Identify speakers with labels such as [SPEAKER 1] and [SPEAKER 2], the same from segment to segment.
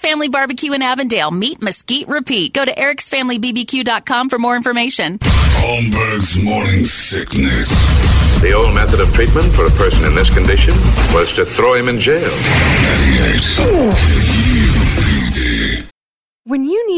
[SPEAKER 1] Family Barbecue in Avondale. Meet, mesquite, repeat. Go to ericsfamilybbq.com for more information.
[SPEAKER 2] Holmberg's morning sickness.
[SPEAKER 3] The old method of treatment for a person in this condition was to throw him in jail.
[SPEAKER 2] 98.
[SPEAKER 4] When you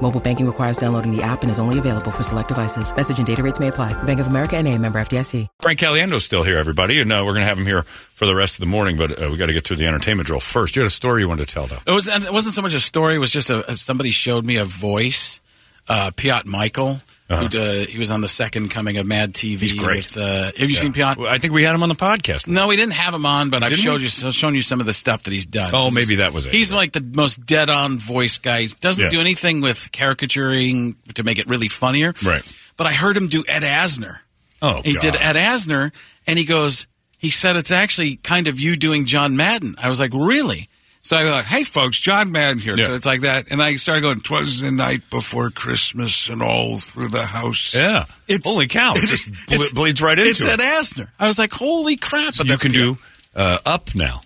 [SPEAKER 5] Mobile banking requires downloading the app and is only available for select devices. Message and data rates may apply. Bank of America and a member FDIC.
[SPEAKER 6] Frank Caliendo's still here, everybody, and uh, we're going to have him here for the rest of the morning, but uh, we got to get through the entertainment drill first. You had a story you wanted to tell, though.
[SPEAKER 7] It, was, it wasn't so much a story. It was just a, a- somebody showed me a voice. Uh, Piot Michael. who'd, Uh, he was on the second coming of Mad TV.
[SPEAKER 6] Uh-huh. He's great.
[SPEAKER 7] With, uh, have you seen Piot?
[SPEAKER 6] Well, I think we had him on the podcast.
[SPEAKER 7] no, we didn't have him on, but I've
[SPEAKER 6] Didn't
[SPEAKER 7] showed
[SPEAKER 6] we?
[SPEAKER 7] you, shown you some of the stuff that he's done.
[SPEAKER 6] Oh, maybe that was it.
[SPEAKER 7] He's like the most dead-on voice guy. He doesn't
[SPEAKER 6] Yeah.
[SPEAKER 7] do anything with caricaturing to make it really funnier.
[SPEAKER 6] Right.
[SPEAKER 7] But I heard him do Ed Asner.
[SPEAKER 6] Oh,
[SPEAKER 7] He did
[SPEAKER 6] God.
[SPEAKER 7] Ed Asner, and he goes, he said it's actually kind of you doing John Madden. I was like, really? So I was like, hey, folks, John Madden here.
[SPEAKER 6] Yeah.
[SPEAKER 7] So it's like that. And I started going, twas the night before Christmas and all through the house.
[SPEAKER 6] Yeah. Holy cow. It just ble- bleeds right into
[SPEAKER 7] it's
[SPEAKER 6] it.
[SPEAKER 7] Ed Asner. I was like, holy crap.
[SPEAKER 6] you
[SPEAKER 7] that's
[SPEAKER 6] can
[SPEAKER 7] the-
[SPEAKER 6] do uh, up now.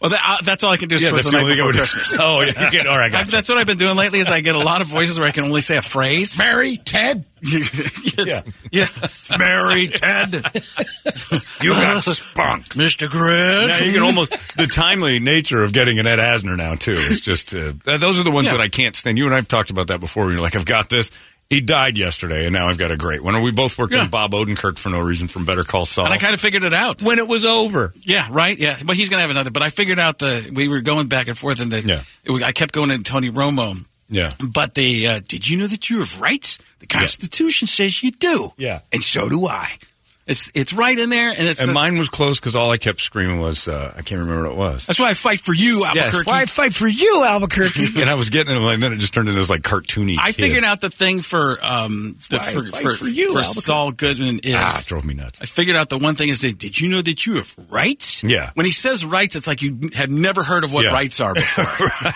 [SPEAKER 7] Well, that, uh, that's all I can do is twas the night before Christmas.
[SPEAKER 6] oh, yeah. You can, all right,
[SPEAKER 7] I-
[SPEAKER 6] gotcha.
[SPEAKER 7] That's what I've been doing lately is I get a lot of voices where I can only say a phrase.
[SPEAKER 8] Mary, Ted,
[SPEAKER 7] It's- yeah. Mary, Ted.
[SPEAKER 8] you got spunk.
[SPEAKER 7] Mr. Grinch.
[SPEAKER 6] Yeah, you can almost the timely nature of getting an Ed Asner now too. It's just uh, th- those are the ones
[SPEAKER 7] Yeah.
[SPEAKER 6] that I can't stand. You and I've talked about that before. You're like, I've got this. He died yesterday, and now I've got a great one. And we both worked
[SPEAKER 7] Yeah.
[SPEAKER 6] on Bob Odenkirk for no reason from Better Call Saul.
[SPEAKER 7] And I kind of figured it out.
[SPEAKER 6] when it was over,
[SPEAKER 7] Yeah, right. Yeah, but he's gonna have another. But I figured out the we were going back and forth, and the
[SPEAKER 6] Yeah.
[SPEAKER 7] it was- I kept going to Tony Romo.
[SPEAKER 6] yeah,
[SPEAKER 7] But the uh, did you know that you have rights? The Constitution says you do.
[SPEAKER 6] Yeah.
[SPEAKER 7] and so do I. It's it's right in there, and it's uh,
[SPEAKER 6] and
[SPEAKER 7] the-
[SPEAKER 6] mine was close because all I kept screaming was uh, I can't remember what it was.
[SPEAKER 7] That's why I fight for you, Albuquerque.
[SPEAKER 6] Yes, why I fight for you, Albuquerque? and I was getting it, and then it just turned into this like cartoony.
[SPEAKER 7] I
[SPEAKER 6] kid.
[SPEAKER 7] figured out the thing for um the,
[SPEAKER 6] why I
[SPEAKER 7] for,
[SPEAKER 6] fight
[SPEAKER 7] for,
[SPEAKER 6] for you,
[SPEAKER 7] for
[SPEAKER 6] Albuquerque.
[SPEAKER 7] Saul Goodman is.
[SPEAKER 6] Ah, it drove me nuts.
[SPEAKER 7] I figured out the one thing is that did you know that you have rights?
[SPEAKER 6] Yeah.
[SPEAKER 7] When he says rights, it's like you have never heard of what
[SPEAKER 6] Yeah.
[SPEAKER 7] rights are before.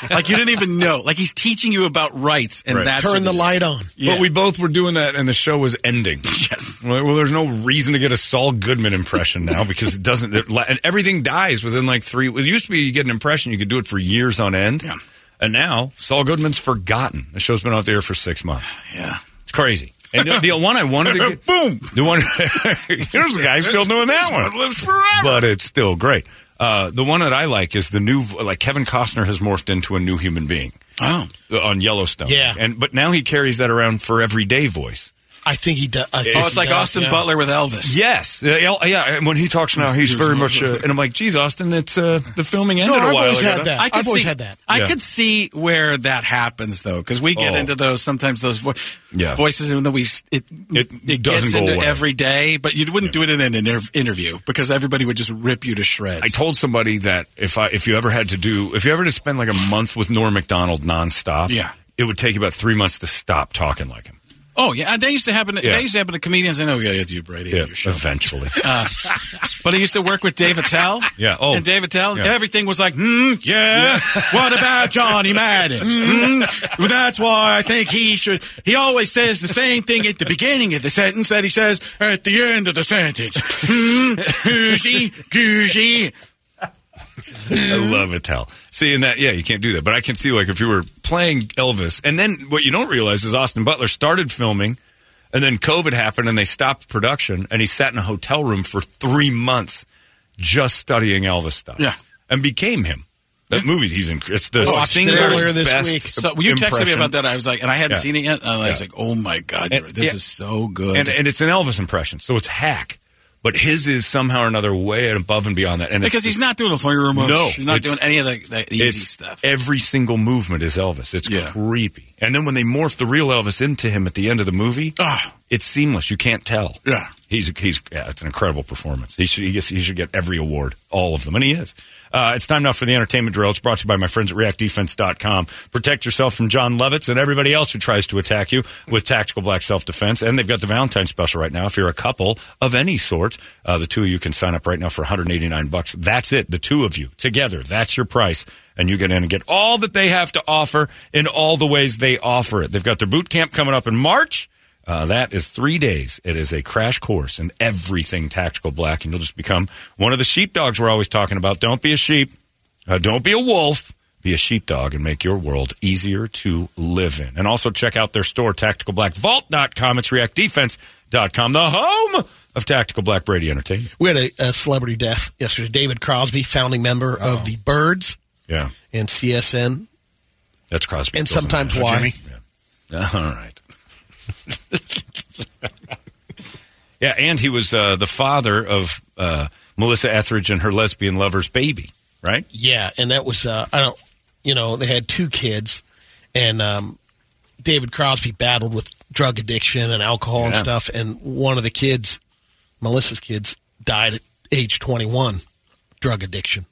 [SPEAKER 7] Like you didn't even know. Like he's teaching you about rights, and
[SPEAKER 6] Right.
[SPEAKER 7] that's what
[SPEAKER 8] Turn the
[SPEAKER 7] it is.
[SPEAKER 8] light on.
[SPEAKER 6] But we both were doing that, and the show was ending.
[SPEAKER 7] Yes.
[SPEAKER 6] Well, well, there's no reason to get a Saul Goodman impression now because it doesn't. It, la- and everything dies within like three. It used to be you get an impression, you could do it for years on end.
[SPEAKER 7] Yeah.
[SPEAKER 6] And now Saul Goodman's forgotten. The show's been out there for six months.
[SPEAKER 7] Yeah.
[SPEAKER 6] It's crazy. And the, the one I wanted to get,
[SPEAKER 7] Boom.
[SPEAKER 6] the one here's the guy still doing that one.
[SPEAKER 7] lives forever.
[SPEAKER 6] but it's still great. Uh, the one that I like is the new, like Kevin Costner has morphed into a new human being
[SPEAKER 7] Oh.
[SPEAKER 6] uh, on Yellowstone.
[SPEAKER 8] Yeah.
[SPEAKER 6] and but now he carries that around for everyday voice.
[SPEAKER 8] I think he does. I think
[SPEAKER 7] Oh, it's
[SPEAKER 8] he
[SPEAKER 7] like
[SPEAKER 8] does,
[SPEAKER 7] Austin
[SPEAKER 8] yeah.
[SPEAKER 7] Butler with Elvis.
[SPEAKER 6] Yes, Uh, yeah, yeah. And when he talks now, he's very much. Uh, and I'm like, geez, Austin, it's uh, the filming ended
[SPEAKER 8] No,
[SPEAKER 6] a
[SPEAKER 8] I've
[SPEAKER 6] while
[SPEAKER 8] always
[SPEAKER 6] ago.
[SPEAKER 8] had that.
[SPEAKER 7] I could
[SPEAKER 8] I've always
[SPEAKER 7] see,
[SPEAKER 8] had that.
[SPEAKER 7] I
[SPEAKER 6] Yeah.
[SPEAKER 7] could see where that happens though, because we get
[SPEAKER 6] Oh.
[SPEAKER 7] into those sometimes those vo-
[SPEAKER 6] Yeah.
[SPEAKER 7] voices and then we s- it
[SPEAKER 6] It doesn't
[SPEAKER 7] gets
[SPEAKER 6] go
[SPEAKER 7] into
[SPEAKER 6] away.
[SPEAKER 7] every day, but you wouldn't do it in an interv- interview because everybody would just rip you to shreds.
[SPEAKER 6] I told somebody that if I if you ever had to do if you ever had to spend like a month with Norm Macdonald nonstop,
[SPEAKER 7] Yeah.
[SPEAKER 6] it would take about three months to stop talking like him.
[SPEAKER 7] Oh yeah, and that used to happen.
[SPEAKER 9] Yeah.
[SPEAKER 7] That used to happen to comedians. I know we got to do Brady.
[SPEAKER 9] Yeah,
[SPEAKER 7] on Your show.
[SPEAKER 9] eventually.
[SPEAKER 7] But I used to work with Dave Attell.
[SPEAKER 9] Yeah, oh.
[SPEAKER 7] and Dave Attell.
[SPEAKER 9] Yeah.
[SPEAKER 7] Everything was like, hmm, yeah. what about Johnny Madden? Hmm, well, that's why I think he should. He always says the same thing at the beginning of the sentence that he says at the end of the sentence. Hmm, Gucci, Gucci.
[SPEAKER 6] I
[SPEAKER 7] Mm-hmm.
[SPEAKER 6] love it, Tal. See, in that, yeah, you can't do that. But I can see, like, if you were playing Elvis, and then what you don't realize is Austin Butler started filming, and then COVID happened, and they stopped production, and he sat in a hotel room for three months just studying Elvis stuff.
[SPEAKER 7] Yeah.
[SPEAKER 6] And became him. That movie he's in, it's
[SPEAKER 7] Oh,
[SPEAKER 6] the
[SPEAKER 10] Watched it
[SPEAKER 6] single
[SPEAKER 10] earlier this
[SPEAKER 6] best
[SPEAKER 10] week.
[SPEAKER 7] So you texted me
[SPEAKER 6] impression.
[SPEAKER 7] about that. I was like, and I hadn't
[SPEAKER 6] Yeah.
[SPEAKER 7] seen it yet. And I was
[SPEAKER 6] Yeah.
[SPEAKER 7] like, oh my god,
[SPEAKER 6] And-
[SPEAKER 7] this
[SPEAKER 6] yeah.
[SPEAKER 7] is so good.
[SPEAKER 6] And, and it's an Elvis impression, so it's hack. But his is somehow or another way above and beyond that. And it's-
[SPEAKER 7] because he's
[SPEAKER 6] it's-
[SPEAKER 7] not doing the funny room.
[SPEAKER 6] No,
[SPEAKER 7] he's not
[SPEAKER 6] it's-
[SPEAKER 7] doing any of the, the easy
[SPEAKER 6] it's
[SPEAKER 7] stuff.
[SPEAKER 6] Every single movement is Elvis. It's
[SPEAKER 7] Yeah.
[SPEAKER 6] creepy. And then when they morph the real Elvis into him at the end of the movie,
[SPEAKER 7] Ah.
[SPEAKER 6] it's seamless. You can't tell.
[SPEAKER 7] Yeah.
[SPEAKER 6] he's he's yeah, it's an incredible performance. He should he, gets, he should get every award, all of them, and he is. Uh, it's time now for the entertainment drill. It's brought to you by my friends at ReactDefense.com. Protect yourself from John Lovitz and everybody else who tries to attack you with tactical black self defense. And they've got the Valentine special right now. If you're a couple of any sort, uh, the two of you can sign up right now for 189 bucks. That's it. The two of you together. That's your price and you get in and get all that they have to offer in all the ways they offer it. They've got their boot camp coming up in March. Uh, that is three days. It is a crash course in everything tactical black, and you'll just become one of the sheepdogs we're always talking about. Don't be a sheep. Uh, don't be a wolf. Be a sheepdog and make your world easier to live in. And also check out their store, tacticalblackvault.com. It's reactdefense.com, the home of Tactical Black Brady Entertainment.
[SPEAKER 10] We had a, a celebrity death yesterday. David Crosby, founding member of the Birds
[SPEAKER 6] Yeah,
[SPEAKER 10] and CSN,
[SPEAKER 6] that's Crosby.
[SPEAKER 10] and
[SPEAKER 6] Stills
[SPEAKER 10] sometimes
[SPEAKER 6] Nash.
[SPEAKER 10] why.
[SPEAKER 6] All right. yeah, and he was uh, the father of uh, Melissa Etheridge and her lesbian lover's baby, right?
[SPEAKER 10] Yeah, and that was uh, I don't, you know, they had two kids, and um, David Crosby battled with drug addiction and alcohol and
[SPEAKER 6] Yeah.
[SPEAKER 10] stuff, and one of the kids, Melissa's kids, died at age twenty one, drug addiction.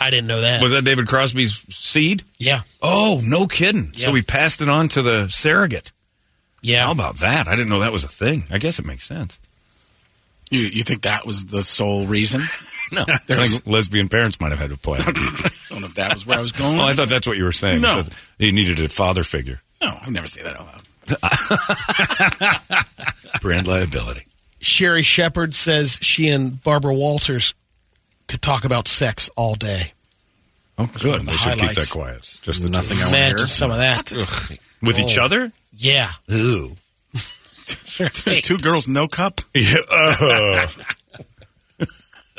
[SPEAKER 10] I didn't know that.
[SPEAKER 6] Was that David Crosby's seed?
[SPEAKER 10] yeah,
[SPEAKER 6] Oh, no kidding. So
[SPEAKER 10] Yeah.
[SPEAKER 6] he passed it on to the surrogate.
[SPEAKER 10] yeah.
[SPEAKER 6] How about that? I didn't know that was a thing. I guess it makes sense.
[SPEAKER 7] You, you think that was the sole reason?
[SPEAKER 6] No, I think lesbian parents might have had to play.
[SPEAKER 7] I don't know if that was where I was going.
[SPEAKER 6] oh, I thought that's what you were saying.
[SPEAKER 7] No.
[SPEAKER 6] So He needed a father figure.
[SPEAKER 7] no, I would never say that out loud.
[SPEAKER 6] Brand liability.
[SPEAKER 10] Sherry Shepard says she and Barbara Walters could talk about sex all day.
[SPEAKER 6] Oh, good. They should keep that
[SPEAKER 10] highlights.
[SPEAKER 6] quiet. Just the two
[SPEAKER 7] Nothing
[SPEAKER 6] of them.
[SPEAKER 7] I want to
[SPEAKER 10] Imagine
[SPEAKER 7] hear.
[SPEAKER 10] some of that.
[SPEAKER 6] with each
[SPEAKER 10] Oh.
[SPEAKER 6] other.
[SPEAKER 10] Yeah. Ooh.
[SPEAKER 7] Two girls, no cup.
[SPEAKER 6] Yeah. Oh.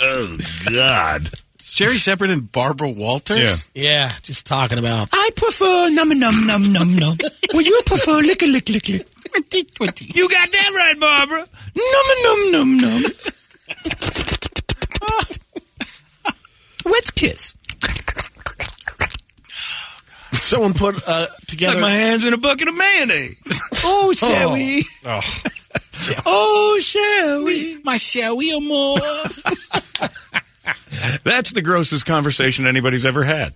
[SPEAKER 6] Oh, God.
[SPEAKER 7] Sherry Shepard and Barbara Walters.
[SPEAKER 6] Yeah.
[SPEAKER 10] Yeah, just talking about.
[SPEAKER 6] I prefer num num num num num. well, you prefer lick lick lick lick. Twenty twenty. You got that right, Barbara. Num num num num. Let's kiss.
[SPEAKER 10] Someone put uh,
[SPEAKER 6] Like
[SPEAKER 10] together.
[SPEAKER 6] my hands in a bucket of mayonnaise. oh, shall
[SPEAKER 10] Oh.
[SPEAKER 6] we? oh, shall we?
[SPEAKER 7] My Shelly Moore.
[SPEAKER 6] That's the grossest conversation anybody's ever had.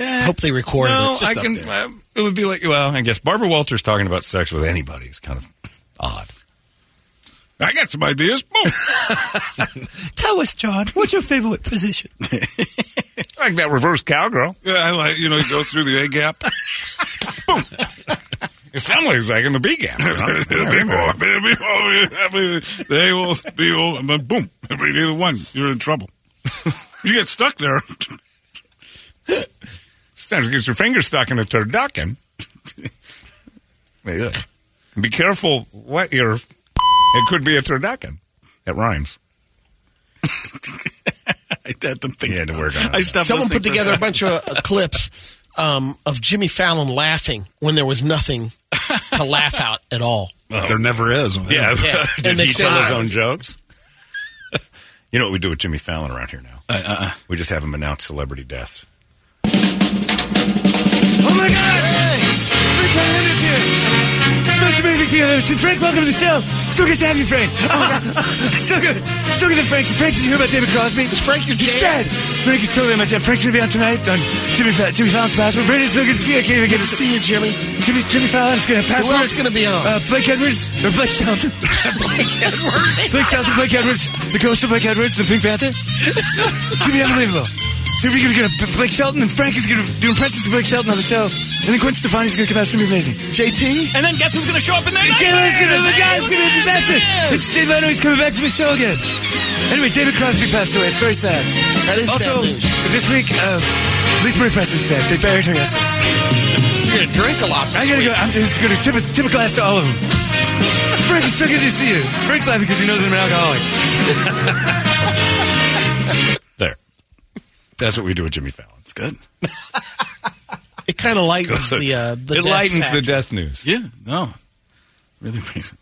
[SPEAKER 10] hope they recorded
[SPEAKER 6] No,
[SPEAKER 10] it.
[SPEAKER 6] I
[SPEAKER 7] up
[SPEAKER 6] can.
[SPEAKER 7] there.
[SPEAKER 6] um, it would be like, well, I guess Barbara Walters talking about sex with anybody is kind of odd.
[SPEAKER 7] I got some ideas. Boom.
[SPEAKER 6] Tell us, John, what's your favorite position? like that reverse cowgirl.
[SPEAKER 7] Yeah, I like you know you go through the A gap.
[SPEAKER 6] It sounds like it's like in the B gap.
[SPEAKER 7] they will be all and then boom. Every little one, you're in trouble. You get stuck there.
[SPEAKER 6] Sometimes it gets your finger stuck in a turducken. Be careful what your. It could be a turducken. It rhymes.
[SPEAKER 7] I had to think.
[SPEAKER 6] You had to work on it.
[SPEAKER 7] I stopped.
[SPEAKER 10] Someone
[SPEAKER 7] listening for
[SPEAKER 10] put
[SPEAKER 7] a
[SPEAKER 10] together a
[SPEAKER 7] second.
[SPEAKER 10] bunch of uh, clips um, of Jimmy Fallon laughing when there was nothing to laugh out at all.
[SPEAKER 7] Oh.
[SPEAKER 8] There never is.
[SPEAKER 6] Yeah.
[SPEAKER 10] Yeah.
[SPEAKER 6] Did
[SPEAKER 10] And they
[SPEAKER 6] he tell
[SPEAKER 10] said-
[SPEAKER 6] his own jokes? you know what we do with Jimmy Fallon around here now? Uh, uh, We just have him announce celebrity deaths.
[SPEAKER 7] Oh my god! Hey, Frank Langella is here.
[SPEAKER 8] it's the most amazing thing I've ever seen. Frank, welcome to the show. So good to have you, Frank. Oh so good. So good that Frank's here. Frank, did you hear about David Crosby? Is Frank your He's dead. Frank is totally on my jam. Frank's going to be on tonight on Jimmy, Fa- Jimmy Fallon's Password. Brandon, so good to see you. I can't even get
[SPEAKER 10] Good to see you, Jimmy.
[SPEAKER 8] Jimmy, Jimmy Fallon's going to
[SPEAKER 10] Who
[SPEAKER 8] Password.
[SPEAKER 10] else is going to be on?
[SPEAKER 8] Uh, Blake Edwards or Blake Shelton? Blake Edwards. Blake Shelton, Blake Edwards, the ghost of Blake Edwards, the Pink Panther. It's gonna be unbelievable. Here we're gonna get a Blake Shelton and Frank is gonna do impressions of Blake Shelton on the show, and then Quentin Stefani's gonna come out. It's gonna be amazing.
[SPEAKER 10] JT?
[SPEAKER 9] And then guess who's going to show up in there?
[SPEAKER 8] Jay Leno's gonna the guy's gonna be a disaster. It's Jay Leno. He's coming back for the show again. Anyway, David Crosby passed away. It's very sad.
[SPEAKER 10] That is sad
[SPEAKER 8] also,
[SPEAKER 10] news.
[SPEAKER 8] this week, uh, Lisa Marie Presley's dead. They buried her yesterday.
[SPEAKER 10] You're going to drink a lot this
[SPEAKER 8] I'm gonna
[SPEAKER 10] week.
[SPEAKER 8] go. I'm just gonna tip a, tip a glass to all of them. Frank, it's so good to see you. Frank's laughing because he knows I'm an alcoholic.
[SPEAKER 6] There. That's what we do with Jimmy Fallon. It's good.
[SPEAKER 10] It kind of lightens the, uh, the
[SPEAKER 6] it
[SPEAKER 10] death
[SPEAKER 6] lightens the
[SPEAKER 10] factor.
[SPEAKER 6] death news.
[SPEAKER 7] Yeah, no. Really amazing.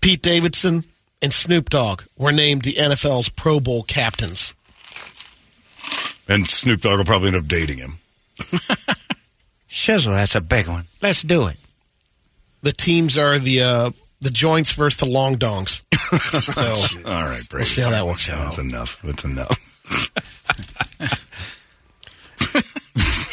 [SPEAKER 10] Pete Davidson and Snoop Dogg were named the NFL's Pro Bowl captains.
[SPEAKER 6] And Snoop Dogg will probably end up dating him.
[SPEAKER 8] Shizzle, that's a big one. Let's do it.
[SPEAKER 10] The teams are the uh, the joints versus the long dongs. So,
[SPEAKER 6] All right, Brady.
[SPEAKER 10] We'll see how that works out.
[SPEAKER 6] That's enough. That's enough.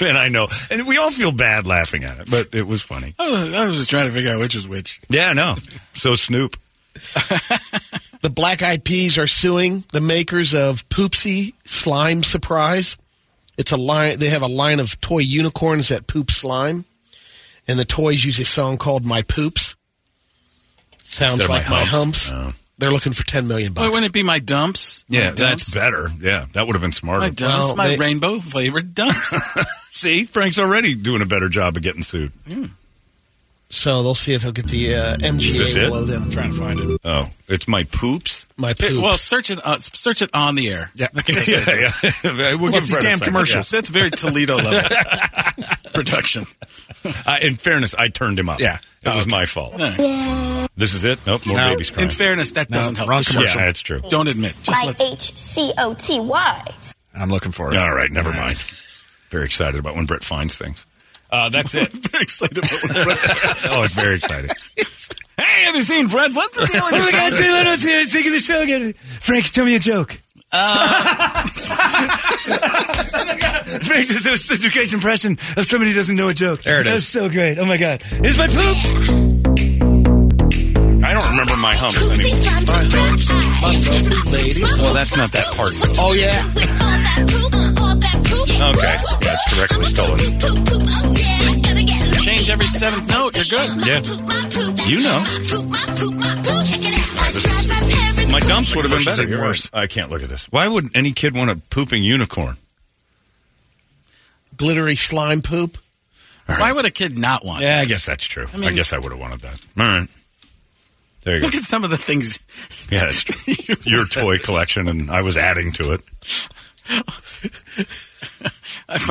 [SPEAKER 6] and I know, and we all feel bad laughing at it, but it was funny.
[SPEAKER 10] Oh.
[SPEAKER 7] I was, I was just trying to figure out which is which.
[SPEAKER 6] Yeah, no. So Snoop.
[SPEAKER 10] the Black Eyed Peas are suing the makers of Poopsie Slime Surprise. It's a line. They have a line of toy unicorns that poop slime, and the toys use a song called "My Poops." Sounds
[SPEAKER 6] Instead of
[SPEAKER 10] like
[SPEAKER 6] My
[SPEAKER 10] my
[SPEAKER 6] Humps?
[SPEAKER 10] humps.
[SPEAKER 6] Oh.
[SPEAKER 10] They're looking for ten million bucks.
[SPEAKER 7] Why wouldn't it be my dumps? My
[SPEAKER 6] Yeah,
[SPEAKER 7] dumps?
[SPEAKER 6] that's better. Yeah, that would have been smarter.
[SPEAKER 7] My dumps,
[SPEAKER 10] Well,
[SPEAKER 7] my
[SPEAKER 10] they-
[SPEAKER 7] rainbow flavored dumps.
[SPEAKER 6] See, Frank's already doing a better job of getting sued.
[SPEAKER 10] so they'll see if they'll get the uh, MGA
[SPEAKER 6] it?
[SPEAKER 10] below them.
[SPEAKER 7] trying to find it.
[SPEAKER 6] Oh, it's my poops.
[SPEAKER 10] My poops.
[SPEAKER 7] It- well, search it. Uh, search it on the air. Yeah,
[SPEAKER 6] yeah, yeah. we'll give
[SPEAKER 7] What's these
[SPEAKER 6] Brett a
[SPEAKER 7] damn
[SPEAKER 6] second.
[SPEAKER 7] commercials? That's very Toledo level production.
[SPEAKER 6] Uh, in fairness, I turned him up.
[SPEAKER 7] Yeah.
[SPEAKER 6] it was my fault. This is it. Nope, more babies crying.
[SPEAKER 7] In fairness, that doesn't help.
[SPEAKER 8] wrong
[SPEAKER 7] the show.
[SPEAKER 6] commercial. Yeah, that's true.
[SPEAKER 7] Don't admit. Just let's.
[SPEAKER 11] H C O T Y.
[SPEAKER 8] I'm looking for
[SPEAKER 6] All right, never mind. Very excited about when Brett finds things. Uh, that's it.
[SPEAKER 7] Very excited about what Brett-
[SPEAKER 6] oh, it's very exciting.
[SPEAKER 7] Hey, have you seen Brett? What's the deal
[SPEAKER 8] Oh my
[SPEAKER 7] with
[SPEAKER 8] God, Jay Leno's here. He's thinking of the show again. Frank, tell me a joke.
[SPEAKER 7] Uh.
[SPEAKER 8] Frank just that was such a great impression of somebody who doesn't know a joke.
[SPEAKER 6] There it
[SPEAKER 8] That
[SPEAKER 6] is.
[SPEAKER 8] was so great. Oh my God. Here's my poops.
[SPEAKER 6] I don't remember my humps anymore.
[SPEAKER 10] My humps. My lovely lady.
[SPEAKER 6] Well, that's not that part.
[SPEAKER 10] Oh yeah.
[SPEAKER 6] Okay. Yeah, it's directly stolen.
[SPEAKER 7] Change every seventh note. You're good.
[SPEAKER 6] Yeah. You know. this is- my dumps would have been better. You're right. I can't look at this. Why would any kid want a pooping unicorn?
[SPEAKER 10] Glittery slime poop.
[SPEAKER 7] Why would a kid not want?
[SPEAKER 6] Yeah, I guess that's true. I,
[SPEAKER 7] mean-
[SPEAKER 6] guess I would have wanted that. All right. There you go.
[SPEAKER 7] Look at some of the things.
[SPEAKER 6] Yeah, that's true. Your toy collection, and I was adding to it.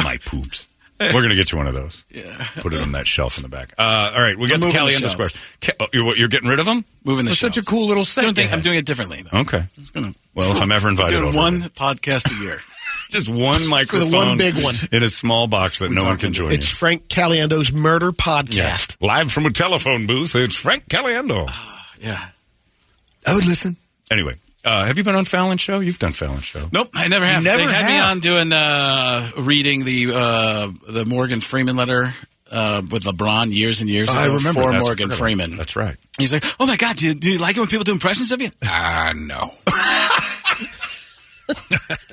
[SPEAKER 6] My poops. We're going to get you one of those. Yeah. Put it on that shelf in the back. Uh, all right, we got
[SPEAKER 7] I'm
[SPEAKER 6] the
[SPEAKER 7] moving
[SPEAKER 6] Caliendo
[SPEAKER 7] the
[SPEAKER 6] Square.
[SPEAKER 7] shelves.
[SPEAKER 6] Ca- oh, you're, what, you're getting rid of them?
[SPEAKER 7] Moving the
[SPEAKER 6] They're such a
[SPEAKER 7] shelves.
[SPEAKER 6] cool little set.
[SPEAKER 7] Don't
[SPEAKER 6] they
[SPEAKER 7] think I'm
[SPEAKER 6] had.
[SPEAKER 7] doing it differently though.
[SPEAKER 6] Okay.
[SPEAKER 7] It's gonna-
[SPEAKER 6] Well, if I'm ever invited
[SPEAKER 7] doing
[SPEAKER 6] over.
[SPEAKER 7] one podcast a year.
[SPEAKER 6] Just one microphone.
[SPEAKER 10] one big one.
[SPEAKER 6] In a small box that no one can
[SPEAKER 7] talking-
[SPEAKER 6] join
[SPEAKER 10] It's
[SPEAKER 6] you.
[SPEAKER 10] Frank Caliendo's murder podcast.
[SPEAKER 6] Yeah. Live from a telephone booth, it's Frank Caliendo.
[SPEAKER 7] Yeah.
[SPEAKER 8] I would listen.
[SPEAKER 6] Anyway, uh, have you been on Fallon Show? You've done Fallon Show.
[SPEAKER 7] Nope, I never have.
[SPEAKER 8] You never
[SPEAKER 7] they had me
[SPEAKER 8] have.
[SPEAKER 7] on doing uh, reading the uh, the Morgan Freeman letter uh, with LeBron years and years ago. for
[SPEAKER 6] Oh, That's-
[SPEAKER 7] Morgan Freeman.
[SPEAKER 6] That's right.
[SPEAKER 7] He's like, oh my god, do you, do you like it when people do impressions of you? Ah, no.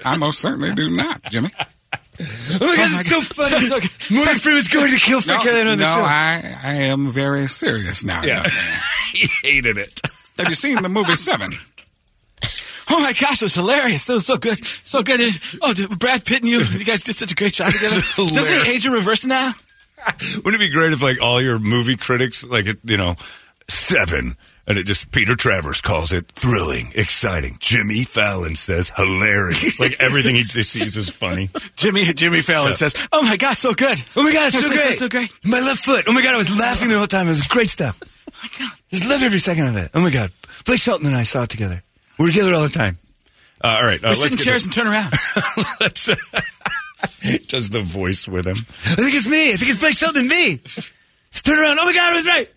[SPEAKER 7] I most certainly do not, Jimmy.
[SPEAKER 8] Oh my God, it's so funny. Morgan Freeman's going to kill Frank Caliendo on the show.
[SPEAKER 7] I, I am very serious now.
[SPEAKER 6] Yeah. he hated it.
[SPEAKER 7] Have you seen the movie Seven? Oh my gosh, it was hilarious. It was so good. So good. Oh, Brad Pitt and you, you guys did such a great job together. Doesn't
[SPEAKER 6] Hilarious.
[SPEAKER 7] he age in reverse now?
[SPEAKER 6] Wouldn't it be great if like all your movie critics like it, you know, seven and it just Peter Travers calls it thrilling, exciting. Jimmy Fallon says hilarious. like everything he just sees is funny.
[SPEAKER 7] Jimmy Jimmy Fallon says, "Oh my gosh, so good!
[SPEAKER 8] Oh my God, it's so,
[SPEAKER 7] so,
[SPEAKER 8] great.
[SPEAKER 7] so great!"
[SPEAKER 8] My left foot. Oh my God, I was laughing the whole time. It was great stuff. Just loved every second of it. Oh my God. Blake Shelton and I saw it together. We're together all the time.
[SPEAKER 6] Uh, all right, uh,
[SPEAKER 7] We
[SPEAKER 6] let's
[SPEAKER 7] sit in
[SPEAKER 6] get
[SPEAKER 7] chairs
[SPEAKER 6] to-
[SPEAKER 7] and turn around.
[SPEAKER 6] let's, does the voice with him?
[SPEAKER 8] I think it's me. I think it's Blake Shelton and me. Let's turn around. Oh my God, I was right.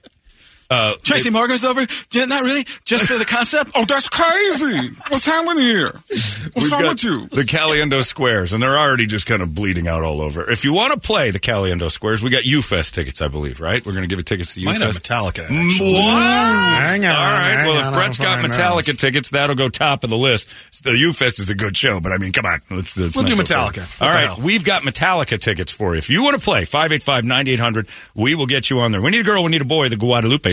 [SPEAKER 6] Uh,
[SPEAKER 7] Tracy Morgan's over. J- Not really. Just for the concept. Oh, that's crazy. What's happening here? What's
[SPEAKER 6] We've
[SPEAKER 7] wrong
[SPEAKER 6] got
[SPEAKER 7] with you?
[SPEAKER 6] The Caliendo Squares, and they're already just kind of bleeding out all over. If you want to play the Caliendo Squares, we got UFest tickets, I believe, right? We're going to give it tickets to UFest.
[SPEAKER 12] Might have Metallica.
[SPEAKER 6] Mm,
[SPEAKER 12] actually.
[SPEAKER 6] What?
[SPEAKER 12] Hang on,
[SPEAKER 6] All right.
[SPEAKER 12] hang
[SPEAKER 6] well,
[SPEAKER 12] on,
[SPEAKER 6] if Brett's
[SPEAKER 12] I'll
[SPEAKER 6] got
[SPEAKER 12] find
[SPEAKER 6] Metallica
[SPEAKER 12] out.
[SPEAKER 6] tickets, that'll go top of the list. The UFest is a good show, but I mean, come on. Let's, let's
[SPEAKER 12] We'll
[SPEAKER 6] not
[SPEAKER 12] do
[SPEAKER 6] go far.
[SPEAKER 12] Metallica. What
[SPEAKER 6] All
[SPEAKER 12] the
[SPEAKER 6] right.
[SPEAKER 12] hell?
[SPEAKER 6] We've got Metallica tickets for you. If you want to play, 585 9800, we will get you on there. We need a girl, we need a boy. The Guadalupe